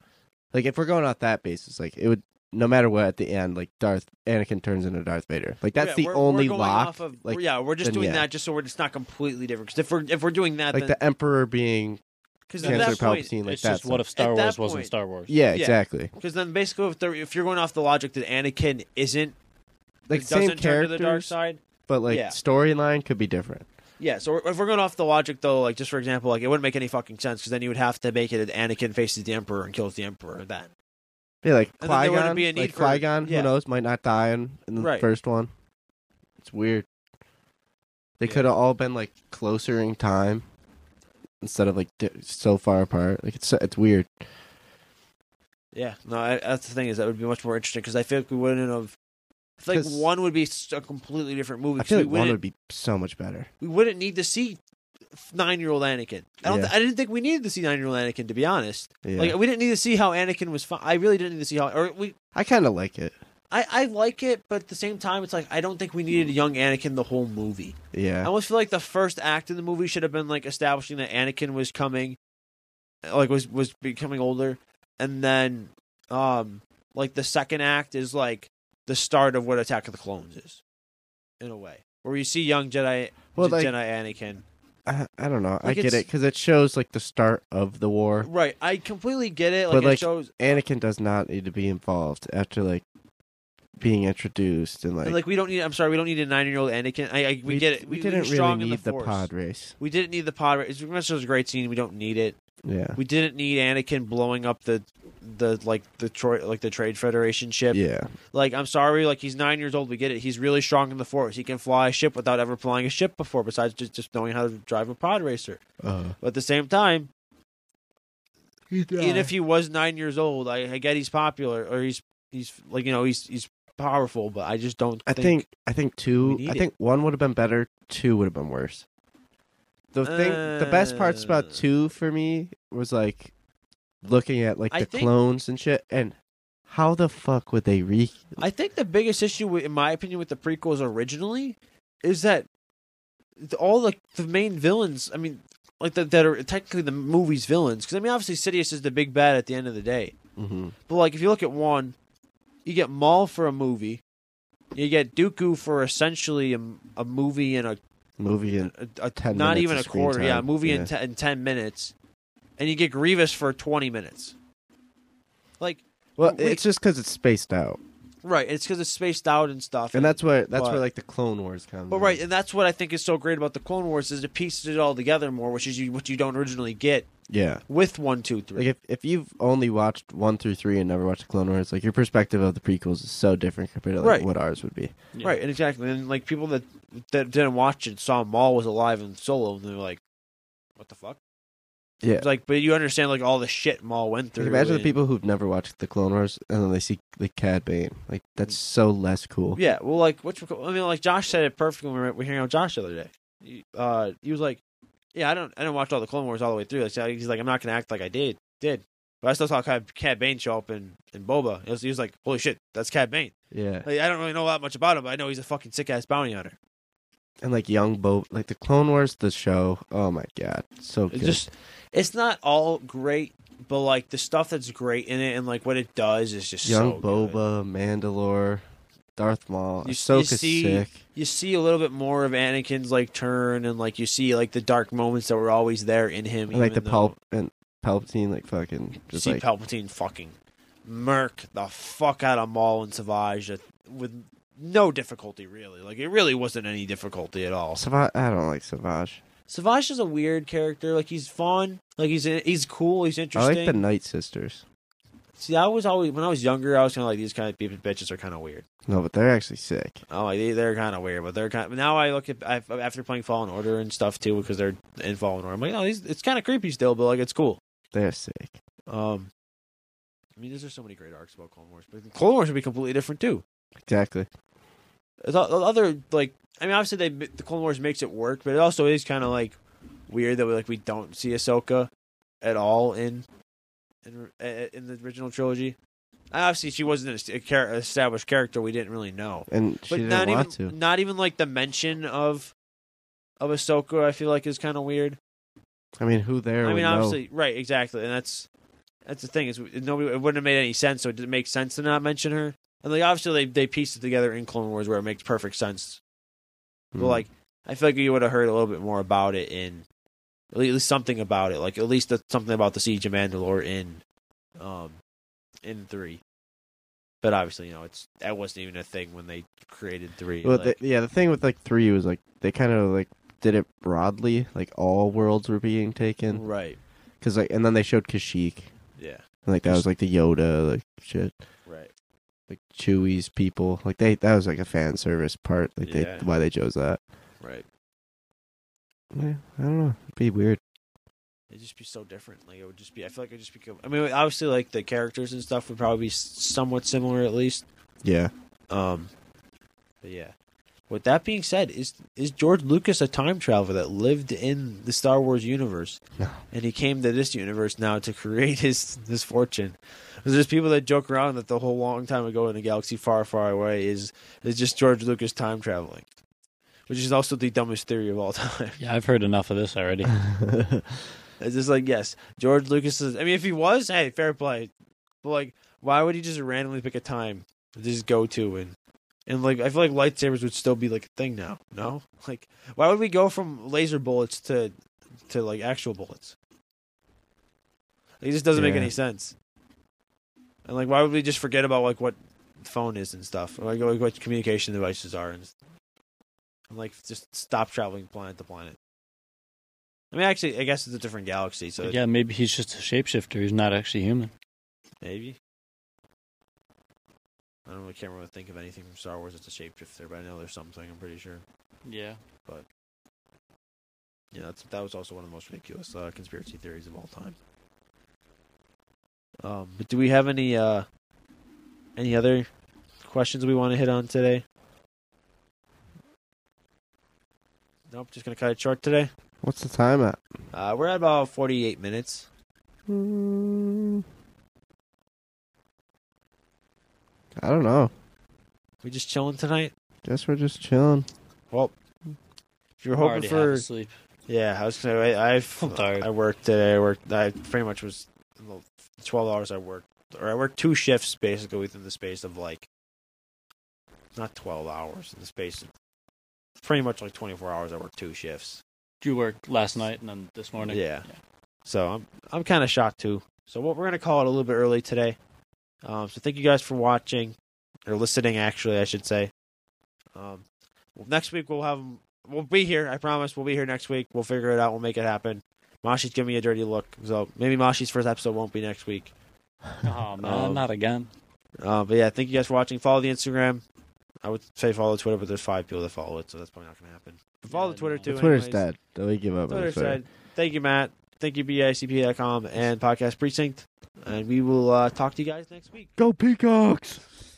like, if we're going off that basis, like, it would no matter what at the end, like Darth Anakin turns into Darth Vader. Like, that's
Yeah,
the
we're- we're
only
going
lock.
off of-
like,
yeah, we're just
then
doing
yeah.
that just so we're it's not completely different. Because if we're if we're doing that,
like
then
the Emperor being
because at
Chancellor
that point,
Palpatine, like
it's
that.
just what
stuff.
if Star
At that
Wars wasn't
point-
Star Wars?
yeah,
yeah.
exactally.
Because then basically, if, they're, if you're going off the logic that Anakin isn't,
Like
doesn't
same
turn to the dark
characters,
side.
but like
Yeah.
storyline could be different.
Yeah, so if we're going off the logic though, like just for example, like it wouldn't make any fucking sense because then you would have to make it that Anakin faces the Emperor and kills the Emperor. Then
Yeah, like
And then
Qui
there wouldn't
Gon.
be a need
Like
for-
Qui Gon,
yeah.
who knows, might not die in, in the
Right.
first one. It's weird. They
Yeah.
could have all been like closer in time instead of like di- so far apart. Like it's it's weird.
yeah, no, I, that's the thing is that would be much more interesting because I feel like we wouldn't have. I feel like
'Cause-
one would be s- a completely different movie.
I
'cause
feel
we
like one
wouldn't-
would be so much better.
we wouldn't need to see nine-year-old Anakin. I don't.
Yeah.
I didn't think we needed to see nine-year-old Anakin to be honest.
Yeah.
Like we didn't need to see how Anakin was. Fi- I really didn't need to see how. Or we.
I kind of like it.
I, I like it, but at the same time, it's like I don't think we needed a young Anakin the whole movie. I
Yeah.
almost feel like the first act in the movie should have been like establishing that Anakin was coming, like was was becoming older, and then um like the second act is like the start of what Attack of the Clones is, in a way, where you see young Jedi
Well,
Jedi
like
Anakin.
I, I don't know. I
Like,
get
it's-
it because it shows like the start of the war.
Right, I completely get it. Like,
But,
it
like,
shows,
Anakin does not need to be involved after like being introduced and like,
and, like we don't need. I'm sorry, we don't need a nine year old Anakin. I, I we, get it.
We,
he's
didn't really
strong in
need the,
Force.
pod race.
We didn't need the pod. It's much as a great scene. We don't need it.
Yeah.
We didn't need Anakin blowing up the the like the Troy like the Trade Federation ship.
Yeah.
Like I'm sorry, like he's nine years old. We get it. He's really strong in the force. He can fly a ship without ever flying a ship before, besides just just knowing how to drive a pod racer.
Uh,
But at the same time, even if he was nine years old, I, I get he's popular or he's he's like you know he's he's powerful, but I just don't.
I think I think two.
we need
I
it.
think one would have been better. Two would have been worse. The thing, the best parts
Uh.
about two for me was like looking at like
I
the
think-
clones and shit, and how the fuck would they re?
I think the biggest issue, wi- in my opinion, with the prequels originally is that th- all the the main villains. I mean, like the, that are technically the movie's villains. Because I mean, obviously Sidious is the big bad at the end of the day.
Mm-hmm.
But like, if you look at one, you get Maul for a movie, you get Dooku for essentially a, m- a movie and a,
Movie and
a, a
10
Uh, not
minutes
even
of
a
screen
quarter, yeah, a
time,
movie In,
yeah.
te- in ten minutes, and you get Grievous for twenty minutes. Like,
well,
we-
it's just because it's spaced out,
right? It's because it's spaced out and stuff,
and that's where that's
But-
where like the Clone Wars comes.
But right, and that's what I think is so great about the Clone Wars is it pieces it all together more, which is you, what you don't originally get
yeah.
with one, two, three.
Like if if you've only watched one through three and never watched the Clone Wars, like your perspective of the prequels is so different compared to like
Right.
what ours would be.
Yeah.
Right, and exactly, and like people that that didn't watch it saw Maul was alive and Solo, and they're like, "What the fuck?"
Yeah.
It's like, but you understand like all the shit Maul went through.
Like, imagine
and-
the people who've never watched the Clone Wars and then they see like Cad Bane. Like that's so less cool.
Yeah, well, like which I mean, like Josh said it perfectly when we were, we were hanging out with Josh the other day. He, uh, he was like, "Yeah, I don't, I don't watch all the Clone Wars all the way through." Like, so he's like, "I'm not gonna act like I did, did." But I still saw Cad, Cad Bane show up in, in Boba. He was, he was like, "Holy shit, that's Cad Bane."
Yeah.
Like, I don't really know that much about him, but I know he's a fucking sick ass bounty hunter.
and like young Bo, like the Clone Wars, the show. Oh my god, so
It
good.
just
It's not all great, but like the stuff that's great in it and like what it does is just so
young
good.
Boba, Mandalore, Darth Maul,
You- you
Ahsoka's
see-
sick.
you see a little bit more of Anakin's like turn and like you see like the dark moments that were always there in him.
And like the
even
Palp
though-
and Palpatine, like fucking
you
just
see
like
Palpatine fucking murk the fuck out of Maul and Savage with no difficulty really. Like it really wasn't any difficulty at all.
Savage. I don't like Savage.
Savage is a weird character. Like he's fun. Like he's he's cool. He's
I
interesting.
like the Night Sisters.
See, I was always when I was younger, I was kind of like these kind of people, bitches are kind of weird.
No, but they're actually sick.
Oh, like, they, they're kind of weird, but they're kind. now I look at I've, after playing Fallen Order and stuff too because they're in Fallen Order. I'm like, no, these, it's kind of creepy still, but like it's cool.
They're sick.
Um, I mean, there's just so many great arcs about Clone Wars, but Clone Wars would be completely different too.
Exactly.
It's o- other like, I mean, obviously they the Clone Wars makes it work, but it also is kind of like weird that we like we don't see Ahsoka at all in in in the original trilogy. And Obviously, she wasn't an char- established character. We didn't really know.
And
but
she didn't
not even
want to.
not even like the mention of of Ahsoka. I feel like is kind of weird.
I mean, who there?
I
would
mean,
know?
obviously, right? Exactly, and that's that's the thing is nobody it wouldn't have made any sense. So it didn't make sense to not mention her. And like obviously they they pieced it together in Clone Wars where it makes perfect sense.
Hmm.
But like I feel like you would have heard a little bit more about it in at least something about it. Like at least the, something about the Siege of Mandalore in um in three. But obviously, you know, it's that wasn't even a thing when they created three.
Well,
like-
the, yeah, the thing with like three was like they kind of like did it broadly, like all worlds were being taken,
Right.
because like, and then they showed Kashyyyk,
Yeah.
and, like that was like the Yoda, like shit,
Right.
like Chewie's people, like they that was like a fan service part, like
Yeah.
they why they chose that.
Right.
Yeah, I don't know, It'd be weird.
It'd just be so different. Like it would just be. I feel like it'd just be. com- I mean, obviously, like the characters and stuff would probably be s- somewhat similar at least.
Yeah,
Um. But yeah. With that being said, is is George Lucas a time traveler that lived in the Star Wars universe,
No.
and he came to this universe now to create his his fortune? 'Cause there's people that joke around that the whole long time ago in a galaxy far, far away is is just George Lucas time traveling, which is also the dumbest theory of all time.
yeah, I've heard enough of this already.
It's just like yes, George Lucas is. I mean, if he was, hey, fair play. But like, why would he just randomly pick a time to just go to and and like? I feel like lightsabers would still be like a thing now. No, like, why would we go from laser bullets to to like actual bullets? It just doesn't make
Yeah.
any sense. And like, why would we just forget about like what the phone is and stuff, or like what communication devices are, and, and like just stop traveling planet to planet. I mean, actually, I guess it's a different galaxy, so
But yeah, maybe he's just a shapeshifter. He's not actually human.
Maybe. I don't really can't remember to think of anything from Star Wars that's a shapeshifter, but I know there's something. I'm pretty sure.
Yeah.
Yeah, that's, that was also one of the most ridiculous uh, conspiracy theories of all time. Um, but do we have any uh, any other questions we want to hit on today? Nope, just gonna cut it short today.
what's the time at?
Uh, we're at about 48 minutes.
Mm. I don't know.
We just chilling tonight.
Guess we're just chilling.
If you're hoping
I'm already
for
half asleep.
Yeah, I was gonna. I, I've
I'm tired.
I worked today. I worked. I pretty much was well, twelve hours. I worked, or I worked two shifts basically within the space of like not twelve hours in the space of pretty much like twenty four hours. I worked two shifts.
You worked last night and then this morning.
Yeah. So I'm I'm kind of shocked too. So what we're gonna call it a little bit early today. Um, so thank you guys for watching or listening. Actually, I should say. Um, well, next week we'll have we'll be here. I promise we'll be here next week. We'll figure it out. We'll make it happen. Mashi's giving me a dirty look, so maybe Mashi's first episode won't be next week.
Oh man,
Um,
not again.
Uh, but yeah, thank you guys for watching. Follow the Instagram. I would say follow Twitter, but there's five people that follow it, so that's probably not going to happen. But follow
Yeah,
the Twitter
no.
too.
Twitter's
anyways.
dead. We give up
Twitter
on Twitter.
said, thank you, Matt. Thank you, BICP.com and Podcast Precinct. And we will uh, talk to you guys next week.
Go Peacocks!